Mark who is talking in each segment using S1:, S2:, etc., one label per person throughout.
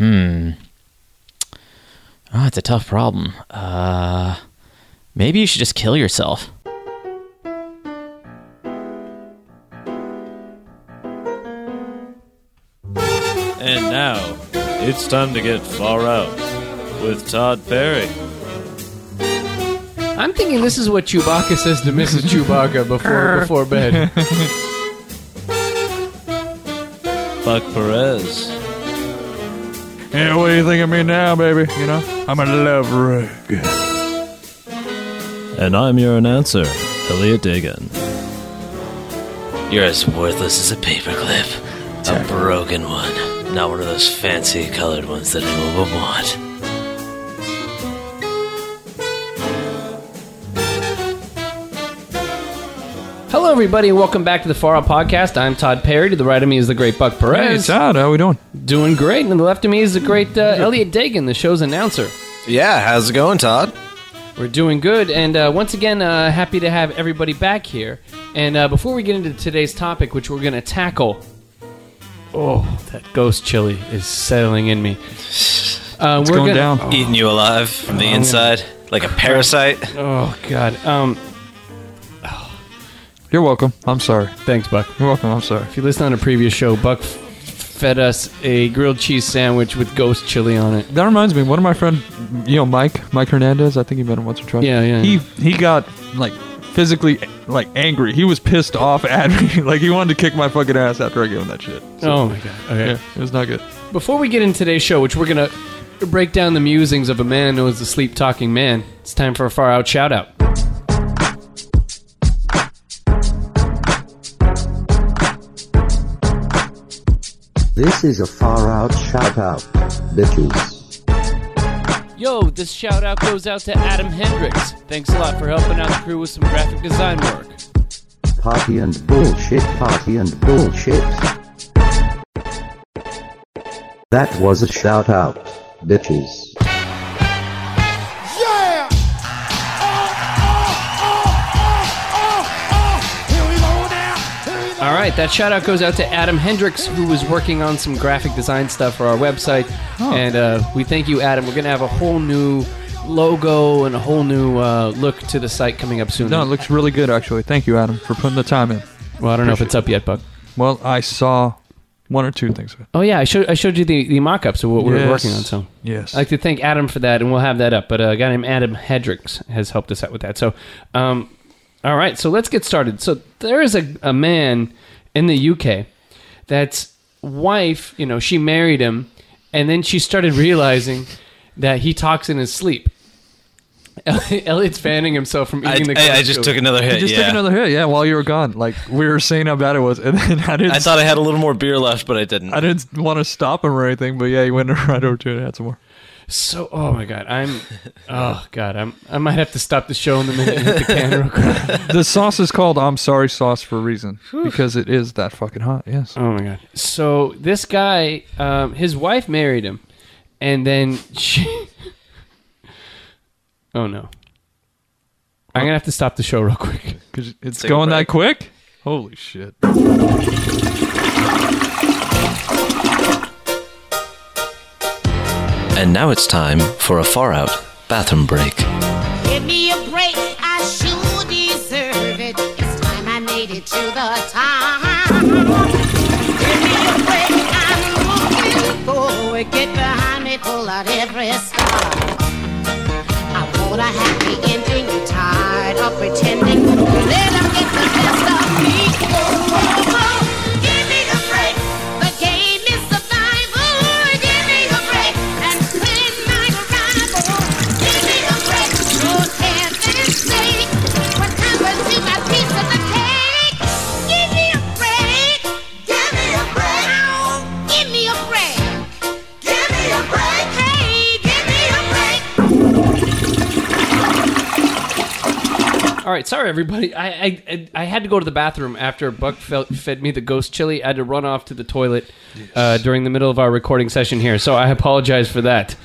S1: Hmm. Oh, it's a tough problem. Uh, maybe you should just kill yourself.
S2: And now, it's time to get far out with Todd Perry.
S3: I'm thinking this is what Chewbacca says to Mrs. Chewbacca before before bed.
S2: Buck Perez.
S4: Yeah, what do you think of me now, baby? You know, I'm a love rug.
S2: And I'm your announcer, Elliot Dagan.
S5: You're as worthless as a paperclip. A broken one. Not one of those fancy colored ones that anyone would want.
S3: Hello, everybody, and welcome back to the Far Out Podcast. I'm Todd Perry. To the right of me is the great Buck
S4: Hey,
S3: Perez.
S4: Todd, how we doing?
S3: Doing great. And to the left of me is the great uh, Elliot Dagan, the show's announcer.
S6: Yeah, how's it going, Todd?
S3: We're doing good, and uh, once again, uh, happy to have everybody back here. And uh, before we get into today's topic, which we're going to tackle, oh, that ghost chili is settling in me. Uh,
S4: It's
S3: we're
S4: going
S3: gonna-
S4: down.
S5: Eating you alive from the inside like a parasite.
S3: Oh God. Um.
S4: You're welcome. I'm sorry.
S3: Thanks, Buck.
S4: You're welcome. I'm sorry.
S3: If you listen on a previous show, Buck f- fed us a grilled cheese sandwich with ghost chili on it.
S4: That reminds me, one of my friend, you know, Mike, Mike Hernandez. I think you met him once or twice.
S3: Yeah, yeah,
S4: He
S3: yeah.
S4: he got like physically like angry. He was pissed off at me. Like he wanted to kick my fucking ass after I gave him that shit.
S3: Oh my God. Okay.
S4: Yeah, it was not good.
S3: Before we get into today's show, which we're gonna break down the musings of a man known as the sleep talking man, it's time for a far out shout out.
S7: This is a far out shout out, bitches.
S3: Yo, this shout out goes out to Adam Hendricks. Thanks a lot for helping out the crew with some graphic design work.
S7: Party and bullshit, party and bullshit. That was a shout out, bitches.
S3: All right, that shout out goes out to Adam Hendricks, who was working on some graphic design stuff for our website. And uh, we thank you, Adam. We're going to have a whole new logo and a whole new uh, look to the site coming up soon.
S4: No, it looks really good actually. Thank you, Adam, for putting the time in.
S3: well, I don't know if it's up yet, Buck.
S4: Well, I saw one or two things. of it.
S3: Oh, yeah, I, showed I showed you the, the mock ups of what we were
S4: Yes.
S3: working on. So
S4: Yes.
S3: I'd like to thank Adam for that, and we'll have that up. But uh, a guy named Adam Hedricks has helped us out with that. So, um, all right, so let's get started. So there is a, a man in the UK that's wife, you know, she married him, and then she started realizing that he talks in his sleep. Elliot's fanning himself from
S5: I,
S3: eating the.
S5: I, I just took another
S4: I
S5: hit.
S4: just
S5: Yeah.
S4: took another hit. Yeah, while you were gone, like we were saying how bad it was, and then I didn't.
S5: I thought I had a little more beer left, but I didn't.
S4: I didn't want to stop him or anything, but yeah, he went right over to it and had some more.
S3: So, oh my god, I'm, oh god, I'm, I might have to stop the show in the minute and hit the can real quick.
S4: The sauce is called "I'm Sorry" sauce for a reason because it is that fucking hot. Yes.
S3: Oh my god! So this guy, um, his wife married him, and then she. oh no! I'm gonna have to stop the show real quick.
S4: Because it's
S5: Take a
S4: going
S5: break.
S4: that quick? Holy shit.
S5: And now it's time for a far out bathroom break.
S8: Give me a break, I sure deserve it. It's time I made it to the top. Give me a break, I'm looking for it. Get behind me, pull out every star. I want a happy ending, you're tired of pretending. Let 'em get the best of me. Oh, oh, oh. Give me a break, the game is survival. Give me a break and clean my rival. Give me a break, don't dance and stay. What happened to my piece of the cake? Give me a break, give me a break. Ow, give me a break. Give me a break, hey, give me a break.
S3: All right, sorry everybody. I I, I- I had to go to the bathroom after Buck felt, fed me the ghost chili. I had to run off to the toilet uh, during the middle of our recording session here, so I apologize for that.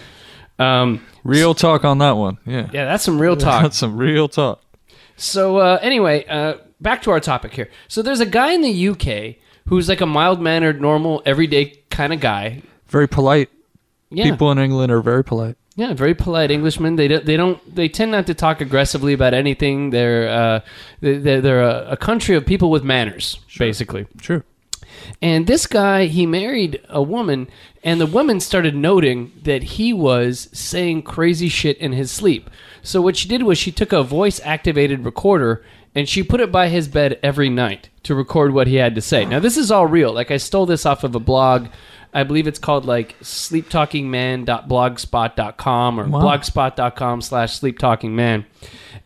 S3: Um,
S4: Real talk on that one. Yeah.
S3: yeah, that's some real talk.
S4: That's some real talk.
S3: So uh, anyway, uh, back to our topic here. So there's a guy in the UK who's like a mild mannered, normal, everyday kind of guy.
S4: Very polite
S3: Yeah.
S4: People in England are very polite.
S3: Yeah, very polite Englishmen. They don't, they don't they tend not to talk aggressively about anything. They're uh, they- they're, they're a, a country of people with manners, basically.
S4: Sure.
S3: And this guy, he married a woman, and the woman started noting that he was saying crazy shit in his sleep. So what she did was she took a voice activated recorder and she put it by his bed every night to record what he had to say. Now this is all real. Like I stole this off of a blog. I believe it's called like sleeptalkingman.blogspot.com or blogspot.com slash sleeptalkingman.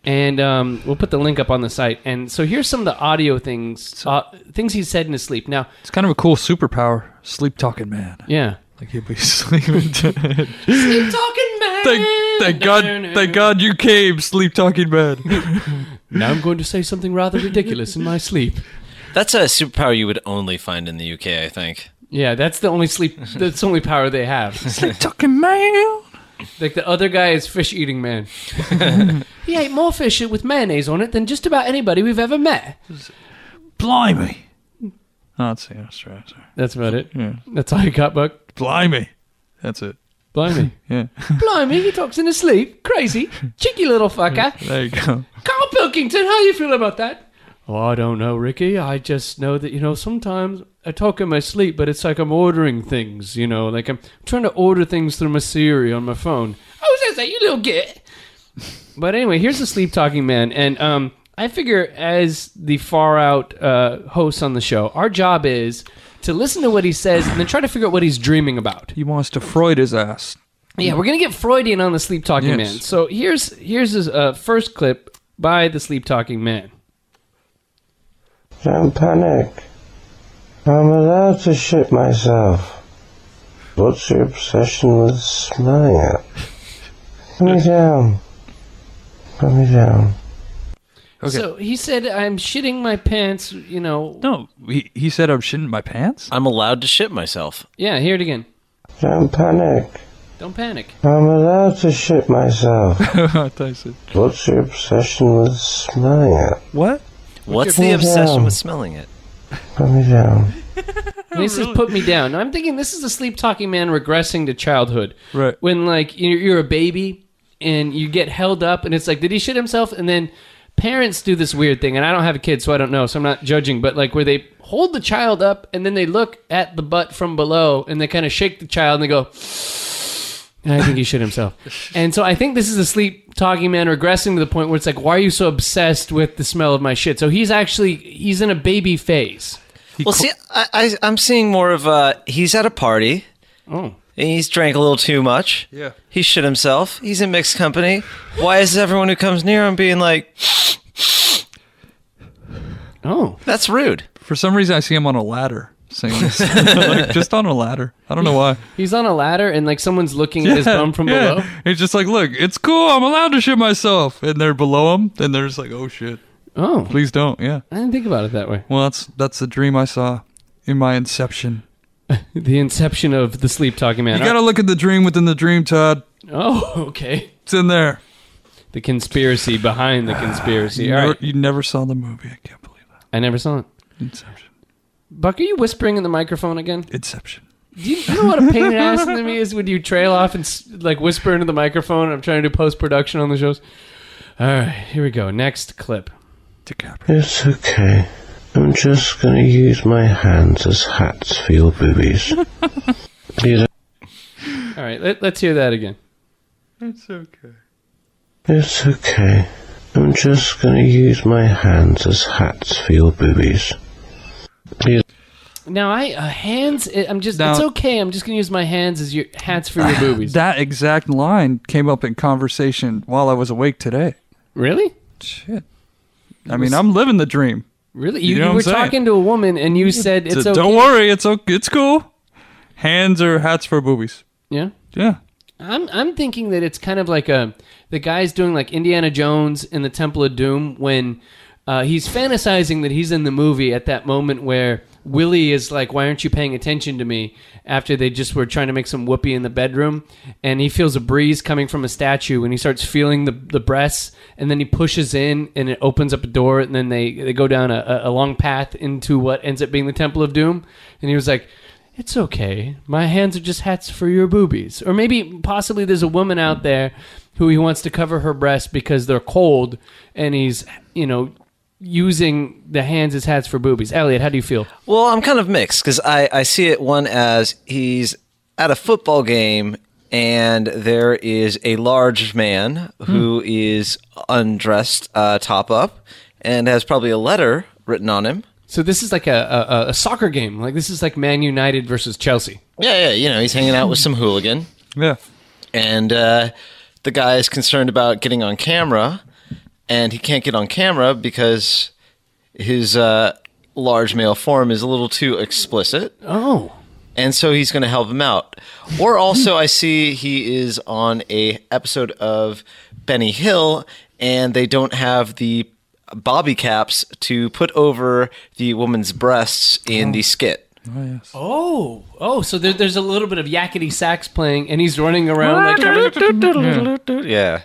S3: And um, we'll put the link up on the site. And so here's some of the audio things, uh, things he said in his sleep. Now,
S4: It's kind of a cool superpower. Sleep talking man.
S3: yeah.
S4: Like he'll be sleeping. thank,
S3: Talking man.
S4: thank God. Thank God you came, sleep talking man.
S3: Now I'm going to say something rather ridiculous in my sleep.
S5: That's a superpower you would only find in the UK, I think.
S3: Yeah, that's the only sleep. That's the only power they have.
S4: sleep talking man.
S3: Like the other guy is fish eating man. he ate more fish with mayonnaise on it than just about anybody we've ever met.
S4: Blimey. Oh, that's, yeah, that's right. Sorry.
S3: That's about it. That's all you got, Buck.
S4: Blimey. That's it.
S3: Blimey.
S4: Yeah.
S3: Blimey, he talks in his sleep. Crazy. Cheeky little fucker.
S4: There you go.
S3: Carl Pilkington, how you feel about that? Oh, I don't know, Ricky. I just know that, you know, sometimes I talk in my sleep, but it's like I'm ordering things, you know, like I'm trying to order things through my Siri on my phone. Oh, is that that, you little git? but anyway, here's the sleep talking man. And um, I figure as the far out uh, hosts on the show, our job is to listen to what he says and then try to figure out what he's dreaming about.
S4: He wants to Freud his ass.
S3: Yeah, we're gonna get Freudian on the sleep talking
S4: Yes.
S3: man. So here's here's his uh, first clip by the sleep talking man.
S9: Don't panic. I'm allowed to shit myself. What's your obsession with smelling it? Put me down. Put me down.
S4: Okay.
S3: So he said, "I'm shitting my pants." You know.
S4: No, he, he said I'm shitting my pants.
S5: I'm allowed to shit myself.
S3: Yeah, hear it again.
S9: Don't panic.
S3: Don't panic.
S9: I'm allowed to shit myself.
S4: I thought he said,
S9: What's your obsession with smelling it?
S4: what?
S5: What's
S9: your-
S5: the obsession
S9: Yeah.
S5: with smelling it?
S9: Put me down.
S3: And he says, "Put me down." Now I'm thinking this is the sleep talking man regressing to childhood,
S4: Right.
S3: When like you're, you're a baby and you get held up, and it's like, "Did he shit himself?" And then parents do this weird thing, and I don't have a kid, so I don't know, so I'm not judging, but like where they hold the child up and then they look at the butt from below and they kind of shake the child and they go. I think he shit himself. And so I think this is a sleep talking man regressing to the point where it's like, why are you so obsessed with the smell of my shit? So he's actually he's in a baby phase.
S5: well, see, I, I, I'm seeing more of a he's at a party.
S3: Oh.
S5: And he's drank a little too much.
S4: Yeah.
S5: He shit himself. He's in mixed company. Why is everyone who comes near him being like,
S3: Oh.
S5: that's rude?
S4: For some reason, I see him on a ladder singing this. like, just on a ladder. I don't know why.
S3: He's on a ladder and like someone's looking at his bum from
S4: yeah.
S3: below.
S4: It's just like, look, it's cool. I'm allowed to shit myself. And they're below him. And they're just like, oh shit.
S3: Oh,
S4: Please don't. Yeah.
S3: I didn't think about it that way.
S4: Well, that's that's the dream I saw in my inception.
S3: The inception of the sleep talking man.
S4: You gotta look at the dream within the dream, Todd.
S3: oh, okay.
S4: It's in there.
S3: The conspiracy behind the conspiracy.
S4: You,
S3: All
S4: never,
S3: right.
S4: you never saw the movie. I can't believe that.
S3: I never saw it.
S4: Inception.
S3: Buck, are you whispering in the microphone again?
S4: Inception.
S3: Do you, you know what a pain in the ass to me is when you trail off and s- like whisper into the microphone? I'm trying to do post production on the shows. All right, here we go. Next clip.
S4: DiCaprio.
S9: It's okay. I'm just gonna use my hands as hats for your boobies. You don't-
S3: All right, let, let's hear that again.
S4: It's okay.
S9: It's okay. I'm just gonna use my hands as hats for your boobies. You
S3: Now, I uh, hands. I'm just.
S4: Now-
S3: it's okay. I'm just gonna use my hands as your hats for your boobies.
S4: That exact line came up in conversation while I was awake today.
S3: really?
S4: Shit. I mean, I'm living the dream.
S3: Really? You,
S4: know
S3: you
S4: what I'm
S3: were
S4: saying?
S3: talking to a woman and you said it's
S4: So
S3: okay.
S4: Don't worry, it's okay. It's cool. Hands or hats for boobies.
S3: Yeah.
S4: Yeah.
S3: I'm I'm thinking that it's kind of like a the guy's doing like Indiana Jones in the Temple of Doom when uh, he's fantasizing that he's in the movie at that moment where Willie is like, "Why aren't you paying attention to me?" After they just were trying to make some whoopee in the bedroom, and he feels a breeze coming from a statue, and he starts feeling the the breasts, and then he pushes in, and it opens up a door, and then they they go down a, a a long path into what ends up being the Temple of Doom, and he was like. it's okay. My hands are just hats for your boobies. Or maybe possibly there's a woman out there who he wants to cover her breasts because they're cold and he's, you know, using the hands as hats for boobies. Elliot, how do you feel?
S5: Well, I'm kind of mixed because I, I see it one as he's at a football game and there is a large man who is undressed uh, top up and has probably a letter written on him.
S3: So this is like a, a, a soccer game. Like this is like Man United versus Chelsea.
S5: Yeah, yeah, you know, he's hanging out with some hooligan.
S4: Yeah.
S5: and uh, the guy is concerned about getting on camera, and he can't get on camera because his uh, large male form is a little too explicit,
S3: Oh.
S5: and so he's going to help him out. Or also, I see he is on a episode of Benny Hill, and they don't have the bobby caps to put over the woman's breasts in the skit.
S3: Oh, oh! So there, there's a little bit of yakety sax playing, and he's running around like.
S5: Yeah.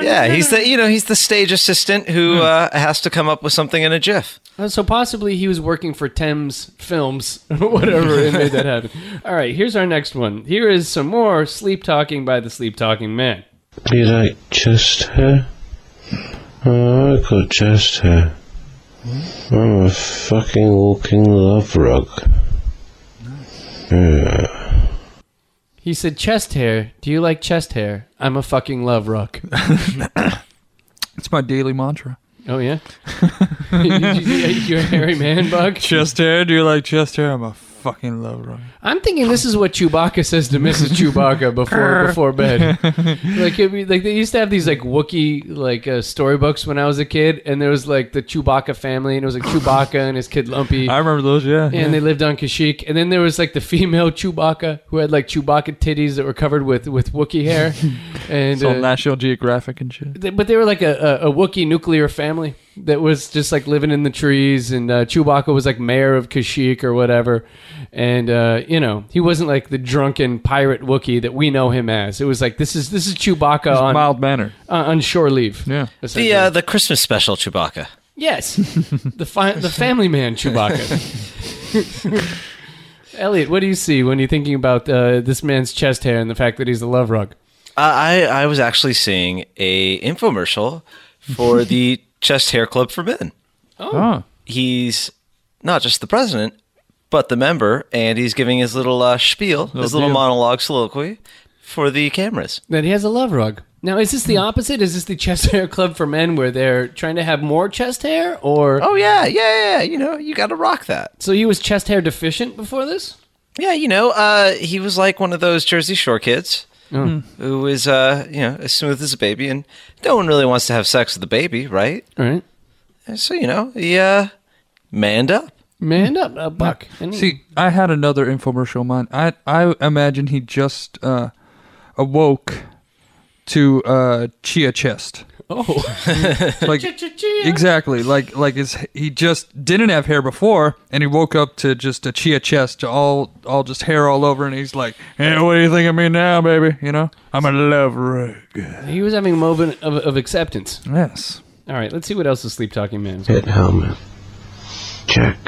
S5: Yeah, he's the you know he's the stage assistant who uh, has to come up with something in a GIF.
S3: Uh, So possibly he was working for Thames Films, or whatever, and made that happen. All right, here's our next one. Here is some more sleep talking by the sleep talking man.
S9: You like chest hair? Oh, I got chest hair. I'm a fucking walking love rug. Yeah.
S3: He said, "Chest hair. Do you like chest hair? I'm a fucking love rock."
S4: It's my daily mantra.
S3: Oh yeah. you, are a hairy man, bug.
S4: Chest hair? Do you like chest hair? I'm a fucking love rock.
S3: I'm thinking this is what Chewbacca says to Mrs. Chewbacca before before bed. Like it'd be, like they used to have these like Wookiee like uh, storybooks when I was a kid, and there was like the Chewbacca family, and it was like Chewbacca and his kid Lumpy.
S4: I remember those, yeah.
S3: and they lived on Kashyyyk, and then there was like the female Chewbacca who had like Chewbacca titties that were covered with with Wookiee hair, and
S4: It's all
S3: uh,
S4: National Geographic and shit.
S3: they- but they were like a, a, a Wookiee nuclear family that was just like living in the trees, and uh, Chewbacca was like mayor of Kashyyyk or whatever, and uh, you know he wasn't like the drunken pirate Wookiee that we know him as. It was like this is this is Chewbacca on uh,
S4: Mild manner.
S3: on shore leave.
S4: Yeah.
S5: The uh, the Christmas special Chewbacca.
S3: yes, the fi- the family man Chewbacca. Elliot, what do you see when you're thinking about uh, this man's chest hair and the fact that he's a love rug?
S5: Uh, I I was actually seeing a infomercial for the Chest Hair Club for Men.
S4: Oh.
S5: He's not just the president, but the member, and he's giving his little uh, spiel, his little
S4: deal.
S5: monologue soliloquy for the cameras.
S3: that he has a love rug. Hmm. Now, is this the opposite? Is this the chest hair club for men where they're trying to have more chest hair? Or.
S5: Oh yeah, yeah, yeah. You know, you got to rock that.
S3: So he was chest hair deficient before this?
S5: Yeah, you know, uh, he was like one of those Jersey Shore kids
S3: Oh.
S5: who is, uh, you know, as smooth as a baby, and no one really wants to have sex with a baby, right?
S3: All right.
S5: And So you know, he uh, manned up.
S3: Man up, a buck. And he-
S4: See, I had another infomercial in mind. I I imagine he just uh, awoke to uh, chia chest.
S3: oh.
S4: Like exactly, like like his he just didn't have hair before, and he woke up to just a chia chest, all all just hair all over, and he's like, "Hey, what do you think of me now, baby? You know, I'm a love rug."
S3: he was having a moment of, of acceptance.
S4: Yes,
S3: All right, let's see what else the sleep talking man is.
S9: Hit helmet. Check.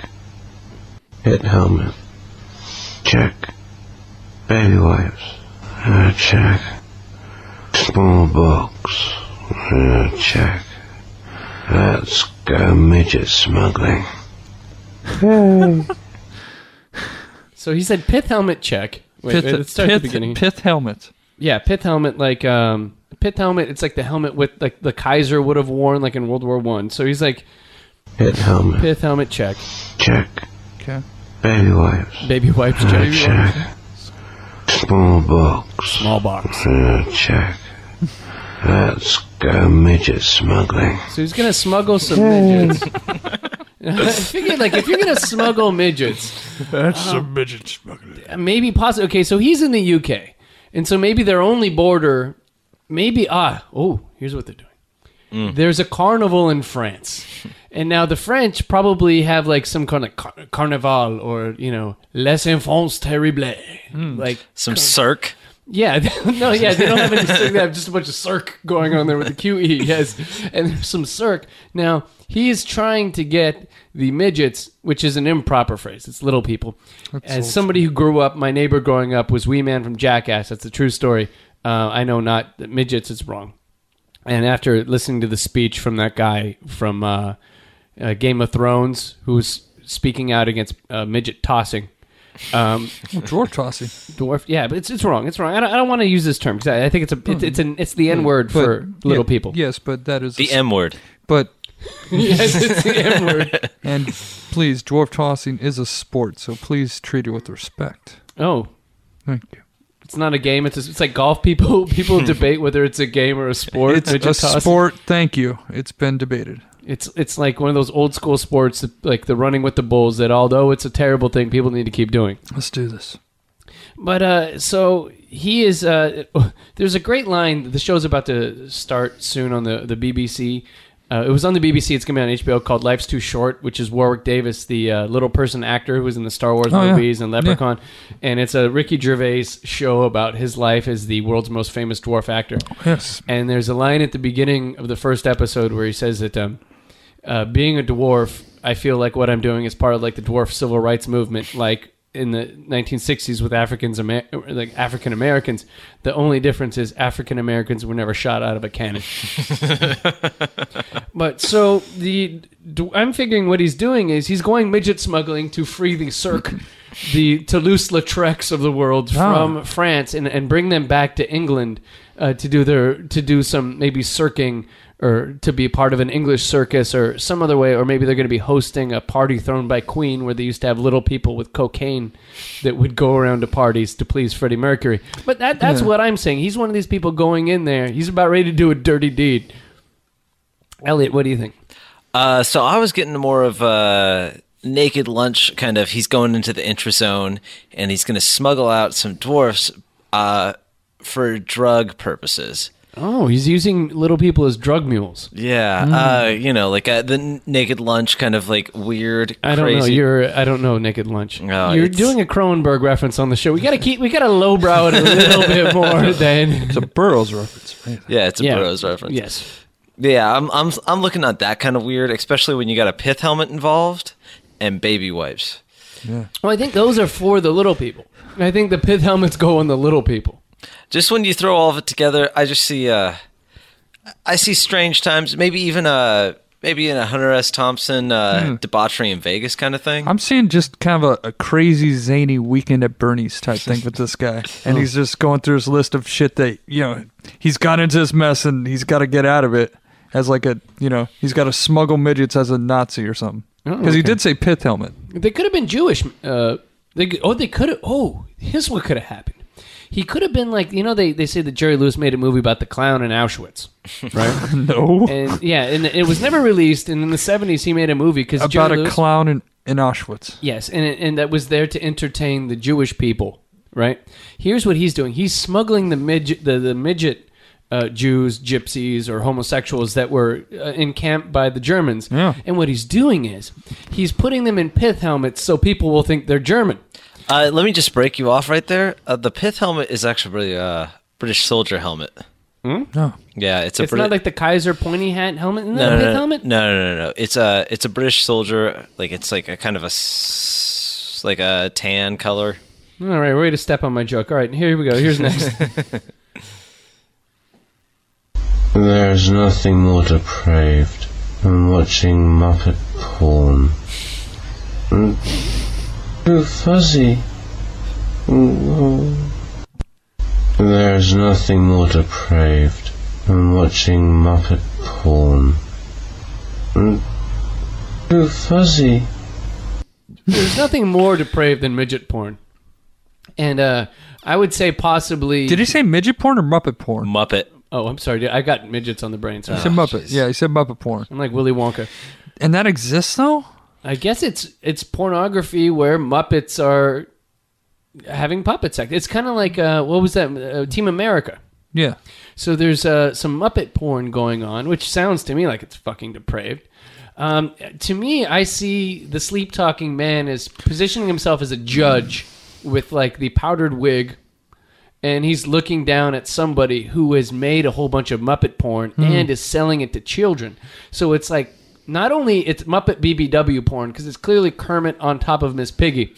S9: Hit helmet. Check. Baby wipes. Uh, check. Small box. Uh, check. Let's go midget smuggling.
S3: So he said pith helmet check. Wait,
S4: pith,
S3: wait, let's start at the
S4: pith,
S3: beginning.
S4: pith helmet.
S3: Yeah, pith helmet like um pith helmet, it's like the helmet with like the Kaiser would have worn like in World War One. So he's like
S9: Hit helmet.
S3: pith helmet check.
S9: Check.
S4: Okay,
S9: Baby wipes.
S3: Baby wipes
S9: Uh,
S3: check.
S9: check. Small box.
S3: Small box.
S9: Uh, check. Let's go midget smuggling.
S3: So he's gonna smuggle some midgets. I figured, like, if you're gonna smuggle midgets, um,
S4: that's some midget smuggling.
S3: maybe possibly. Okay, so he's in the UK, and so maybe their only border, maybe ah, oh, here's what they're doing.
S4: Mm.
S3: There's a carnival in France, and now the French probably have like some kind of car-
S4: Hmm.
S3: carnival or you know les enfants terribles, like
S5: Some circ.
S3: Yeah, they- no, yeah, they don't have any circ. They have just a bunch of circ going on there with the QE, yes. And there's some circ. Now, he is trying to get the midgets, which is an improper phrase. It's little people. As somebody who grew up, my neighbor growing up was Wee Man from Jackass. That's a true story. Uh, I know not that midgets is wrong. And after listening to the speech from that guy from uh, uh, Game of Thrones, who was speaking out against uh, midget tossing, um,
S4: Drawer tossy.
S3: dwarf. Yeah, but it's it's wrong. It's wrong. I don't, I don't want to use this term because I, I think it's a it's it's, an, it's the N word for little
S4: Hmm. Yeah,
S3: people.
S4: Yes, but that is
S5: The M word.
S4: But
S3: yes, it's the N word.
S4: and please, dwarf tossing is a sport, so please treat it with respect.
S3: Oh,
S4: Thank you.
S3: it's not a game. It's a, it's like golf. People people debate whether it's a game or a sport.
S4: Hmm. It's a
S3: Midget toss.
S4: sport. Thank you. It's been debated.
S3: It's it's like one of those old school sports, that, like the running with the bulls. That although it's a terrible thing, people need to keep doing.
S4: Let's do this.
S3: But uh, so he is. Uh, there's a great line. The show's about to start soon on the the BBC. Uh, it was on the BBC. It's gonna be on HBO called "Life's Too Short," which is Warwick Davis, the uh, little person actor who was in the Star Wars
S4: Oh, yeah.
S3: movies and Leprechaun, and it's a Ricky Gervais show about his life as the world's most famous dwarf actor.
S4: Yes.
S3: And there's a line at the beginning of the first episode where he says that um, uh, being a dwarf, I feel like what I'm doing is part of like the dwarf civil rights movement, like in the 1960s with Africans, Amer- like African Americans. The only difference is African Americans were never shot out of a cannon. but so the d- I'm figuring what he's doing is he's going midget smuggling to free the Cirque, the Toulouse-Lautrecs of the world from France and, and bring them back to England uh, to do their to do some maybe circing or to be part of an English circus or some other way or maybe they're going to be hosting a party thrown by Queen where they used to have little people with cocaine that would go around to parties to please Freddie Mercury. But that that's what I'm saying. He's one of these people going in there. He's about ready to do a dirty deed. Elliot, what do you think?
S5: Uh, so I was getting more of a naked lunch kind of. He's going into the interest zone and he's going to smuggle out some dwarfs uh, for drug purposes.
S3: Oh, he's using little people as drug mules.
S5: Yeah, uh,
S3: hmm.
S5: you know, like uh the n- naked lunch kind of like weird.
S3: I don't know.
S5: crazy-
S3: You're I don't know naked lunch.
S5: No,
S3: You're
S5: it's-
S3: doing a Cronenberg reference on the show. We gotta keep we gotta lowbrow it a little bit more than
S4: It's a Burroughs reference.
S5: yeah, it's a
S3: Yeah.
S5: Burroughs reference.
S3: yes.
S5: Yeah, I'm I'm I'm looking at that kind of weird, especially when you got a pith helmet involved and baby wipes.
S3: Well, I think those are for the little people. And I think the pith helmets go on the little people.
S5: Just when you throw all of it together, I just see uh I see strange times, maybe even uh maybe in a Hunter S. Thompson uh
S3: Hmm.
S5: debauchery in Vegas kind of thing.
S4: I'm seeing just kind of a, a crazy, zany weekend at Bernie's type thing with this guy, and he's just going through his list of shit that you know he's got into this mess and he's got to get out of it as like a you know he's got to smuggle midgets as a Nazi or something
S3: Oh,
S4: because he did say pith helmet.
S3: They could have been Jewish. Uh, they could- oh they could have oh here's what could have happened. He could have been like you know they, they say that Jerry Lewis made a movie about the clown in Auschwitz, right?
S4: No,
S3: and yeah, and it was never released. And in the seventies, he made a movie because
S4: about a clown in, in Auschwitz.
S3: Yes, and and that was there to entertain the Jewish people, right? Here's what he's doing: he's smuggling the midget, the, the midget uh, Jews, gypsies, or homosexuals that were uh, encamped by the Germans.
S4: Yeah.
S3: And what he's doing is he's putting them in pith helmets so people will think they're German.
S5: Uh, let me just break you off right there. Uh, the pith helmet is actually a uh, British soldier helmet.
S4: No,
S5: Yeah, it's a
S3: It's not like the Kaiser pointy hat helmet. Isn't
S5: no,
S3: that a
S5: no,
S3: pith
S5: no,
S3: helmet?
S5: No, no, no, no. It's a it's a British soldier. Like it's like a kind of a s- like a tan color.
S3: All right, way to step on my joke. All right, here we go. Here's next.
S9: There's nothing more depraved than watching Muppet porn. Mm. Too fuzzy. Mm. There's nothing more depraved than watching Muppet porn. Mm. Too fuzzy.
S3: There's nothing more depraved than midget porn. And uh, I would say possibly.
S4: did he say midget porn or Muppet porn?
S5: Muppet.
S3: Oh, I'm sorry. dude. I got midgets on the brain. Sorry.
S5: Oh.
S4: He said Muppet. Yeah, he said Muppet porn,
S3: I'm like Willy Wonka.
S4: and that exists though.
S3: I guess it's it's pornography where Muppets are having puppet sex. It's kind of like uh, what was that uh, Team America?
S4: Yeah,
S3: So there's uh, some Muppet porn going on, which sounds to me like it's fucking depraved. Um, to me, I see the sleep talking man as positioning himself as a judge with like the powdered wig and he's looking down at somebody who has made a whole bunch of Muppet porn and is selling it to children. So it's like not only it's Muppet BBW porn because it's clearly Kermit on top of Miss Piggy,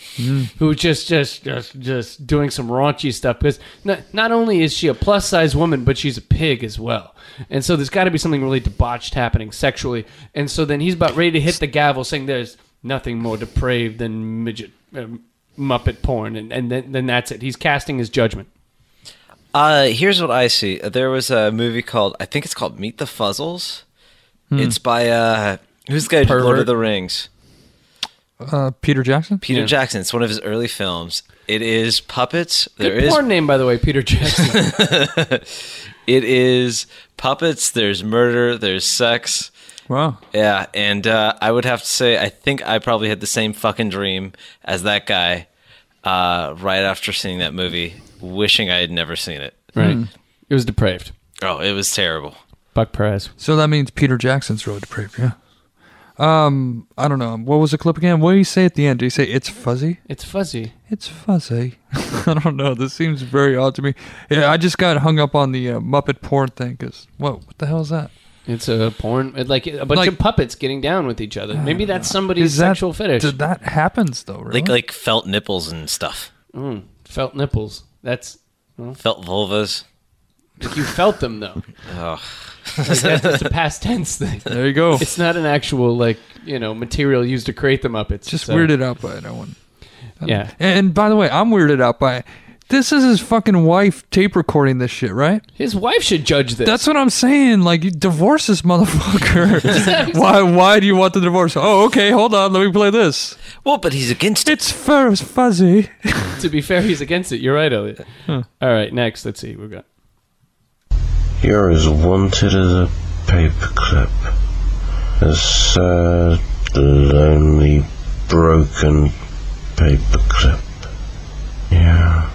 S3: who just just just just doing some raunchy stuff. Because not, not only is she a plus size woman, but she's a pig as well. And so there's got to be something really debauched happening sexually. And so then he's about ready to hit the gavel, saying, "There's nothing more depraved than midget." Um, Muppet porn, and, and then, then that's it. He's casting his judgment.
S5: Uh, here's what I see. There was a movie called I think it's called Meet the Fuzzles. It's by uh, who's the guy who did Lord of the Rings?
S4: Uh, Peter Jackson.
S5: Peter Jackson. It's one of his early films. It is puppets. There
S3: Good
S5: is
S3: porn name, by the way, Peter Jackson.
S5: it is puppets. There's murder. There's sex.
S4: Wow.
S5: Yeah, and uh, I would have to say I think I probably had the same fucking dream as that guy uh, right after seeing that movie, wishing I had never seen it.
S3: right.
S4: Hmm.
S3: It was depraved.
S5: Oh, it was terrible.
S3: Buck Perez.
S4: So that means Peter Jackson's Road to Prague, yeah. Um, I don't know. What was the clip again? What do you say at the end? Do you say it's fuzzy?
S3: It's fuzzy.
S4: It's fuzzy. I don't know. This seems very odd to me. Yeah, I just got hung up on the uh, Muppet porn thing because what? What the hell is that?
S3: It's a porn, it- like a bunch
S4: Like-
S3: of puppets getting down with each other. Maybe that's somebody's
S4: Is that-
S3: sexual fetish.
S4: Did that happens though? Really?
S5: Like like felt nipples and stuff,
S3: Mm, felt nipples. That's
S5: felt vulvas.
S3: like you felt them though.
S5: Oh.
S3: Like, that's just a past tense thing.
S4: there you go.
S3: It's not an actual like you know material used to create the Muppets.
S4: just
S3: so-
S4: weirded out by it. I wouldn't-
S3: Yeah.
S4: And by the way, I'm weirded out by it. This is his fucking wife tape recording this shit, right?
S3: His wife should judge this.
S4: That's what I'm saying. Like, you divorce this motherfucker. why? Why do you want the divorce? Oh, okay. Hold on. Let me play this.
S5: Well, but he's against it.
S4: It's fur fuzzy.
S3: to be fair, he's against it. You're right, Elliot. All right, next. Let's see. We've got.
S9: You're as wanted as a paperclip, a sad, lonely, broken paperclip. Yeah.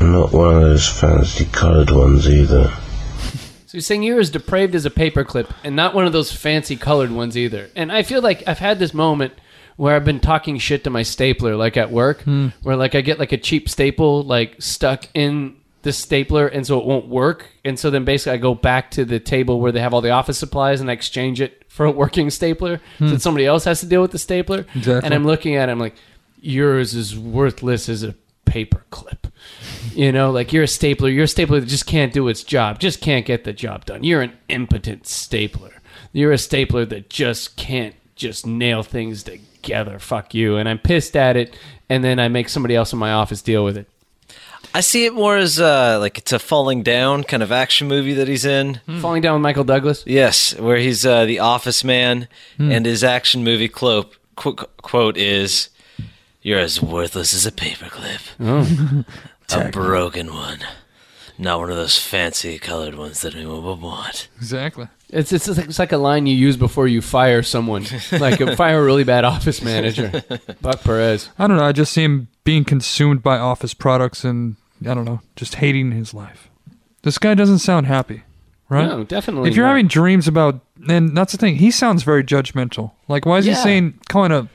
S9: Not one of those fancy coloured ones either.
S3: So he's saying you're as depraved as a paperclip, and not one of those fancy colored ones either. And I feel like I've had this moment where I've been talking shit to my stapler, like at work, where like I get like a cheap staple like stuck in the stapler, and so it won't work. And so then basically I go back to the table where they have all the office supplies, and I exchange it for a working stapler, so that somebody else has to deal with the stapler.
S4: Exactly.
S3: And I'm looking at it, I'm like, yours is worthless as a paperclip. You know, like you're a stapler. You're a stapler that just can't do its job, just can't get the job done. You're an impotent stapler. You're a stapler that just can't just nail things together. Fuck you. And I'm pissed at it. And then I make somebody else in my office deal with it.
S5: I see it more as uh, like it's a falling down kind of action movie that he's in.
S4: Hmm.
S3: Falling down with Michael Douglas.
S5: Yes, where he's uh, the office man,
S3: Hmm.
S5: and his action movie clo- qu- quote is, "You're as worthless as a paperclip,
S3: Oh.
S5: a broken one, not one of those fancy colored ones that anyone would want."
S4: exactly.
S3: It's it's, like, it's like a line you use before you fire someone, like uh, fire a really bad office manager. Buck Perez.
S4: I don't know. I just see him being consumed by office products and I don't know, just hating his life. This guy doesn't sound happy, right?
S3: No, definitely.
S4: if you're
S3: not.
S4: having dreams about, and that's the thing, he sounds very judgmental. Like, why is he
S3: Yeah.
S4: saying calling a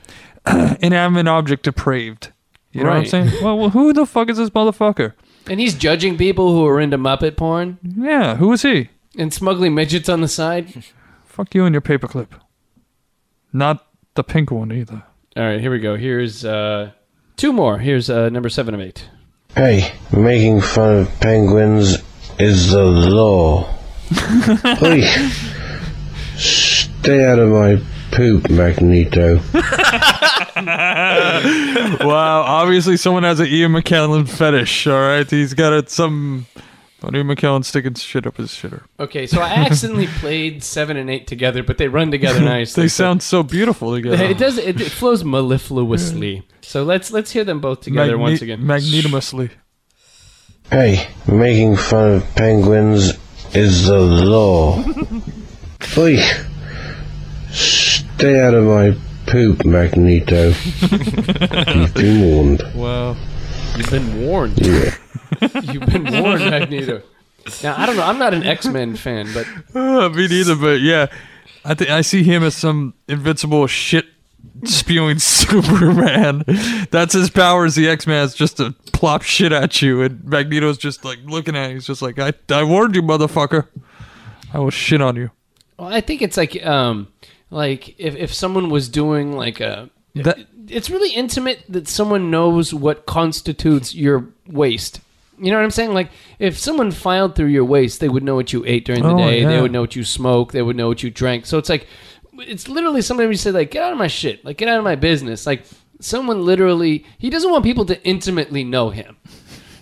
S4: inanimate object depraved? You know
S3: Right.
S4: what I'm saying? well, well, who the fuck is this motherfucker?
S3: and he's judging people who are into Muppet porn
S4: Yeah, who is he?
S3: and smuggling midgets on the side.
S4: Fuck you and your paperclip. Not the pink one either.
S3: All right, here we go. Here's uh, two more. Here's uh, number seven of eight.
S9: Hey, making fun of penguins is the law. Oi. Stay out of my poop, Magneto.
S4: wow, obviously someone has an Ian McKellen fetish, all right? He's got it some. Don't Ian McKellen sticking shit up his shitter.
S3: Okay, so I accidentally played seven and eight together, but they run together nicely.
S4: They
S3: so-
S4: sound so beautiful together.
S3: It does. It, it flows mellifluously. So let's let's hear them both together
S4: Magne-
S3: once again.
S4: Magnanimously.
S9: Hey, making fun of penguins is the law. Oi. Stay out of my poop, Magneto. You've been warned.
S4: Wow.
S3: You've been warned. You've been warned, Magneto. Now I don't know. I'm not an X Men fan, but
S4: Uh, me neither, but yeah. I think I see him as some invincible shit spewing Superman. That's his power as the X Man is just to plop shit at you, and Magneto's just like looking at you. He's just like, I, I warned you, motherfucker. I will shit on you.
S3: Well, I think it's like um like if if someone was doing like a
S4: That-
S3: it's really intimate that someone knows what constitutes your waste. You know what I'm saying? Like if someone filed through your waste, they would know what you ate during the
S4: Oh,
S3: day. They
S4: yeah.
S3: would know what you smoke. They would know what you drank. So it's like it's literally somebody who said like get out of my shit. Like get out of my business. Like someone literally he doesn't want people to intimately know him.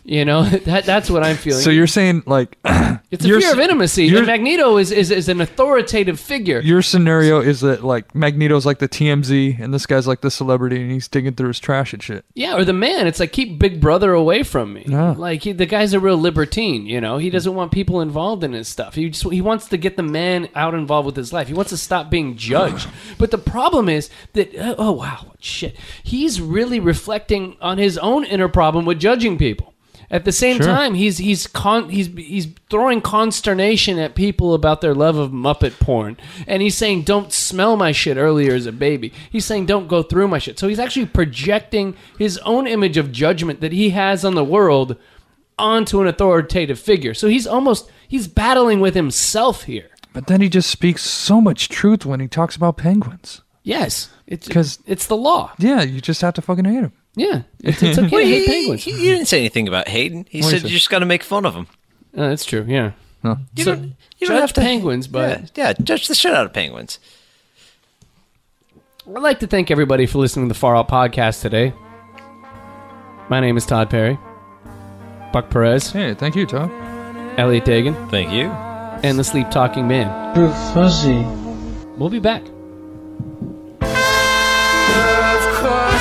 S3: You know that that's what I'm feeling.
S4: So you're saying like
S3: It's a
S4: You're
S3: fear
S4: s-
S3: of intimacy.
S4: you're-
S3: And Magneto is, is, is an authoritative figure.
S4: your scenario is that like Magneto's like the TMZ, and this guy's like the celebrity, and he's digging through his trash and shit.
S3: yeah, or the man. It's like, keep Big Brother away from me.
S4: Yeah.
S3: Like, he, the guy's a real libertine, you know? He doesn't want people involved in his stuff. He, just, he wants to get the man out involved with his life. He wants to stop being judged. but the problem is that, uh, oh, wow, shit. He's really reflecting on his own inner problem with judging people. At the same time, he's he's con- he's he's throwing consternation at people about their love of Muppet porn, and he's saying, "Don't smell my shit." Earlier as a baby, he's saying, "Don't go through my shit." So he's actually projecting his own image of judgment that he has on the world onto an authoritative figure. So he's almost he's battling with himself here.
S4: But then he just speaks so much truth when he talks about penguins.
S3: Yes, it's
S4: 'Cause-
S3: it's the law.
S4: Yeah, you just have to fucking hate him.
S3: Yeah, it's, it's okay to hate
S5: He,
S3: penguins.
S5: he, you didn't say anything about Hayden. He said you just got to make fun of him.
S3: Uh, that's true. Yeah,
S5: You
S3: So,
S5: don't, you
S3: judge
S5: don't have to
S3: penguins, but-
S5: yeah, yeah, judge the shit out of penguins.
S3: I'd like to thank everybody for listening to the Far Out Podcast today. My name is Todd Perry, Buck Perez,
S4: Hey, thank you, Tom.
S3: Elliot Dagan,
S5: Thank you.
S3: and the Sleep Talking Man.
S9: Too fuzzy.
S3: We'll be back.
S8: Of course.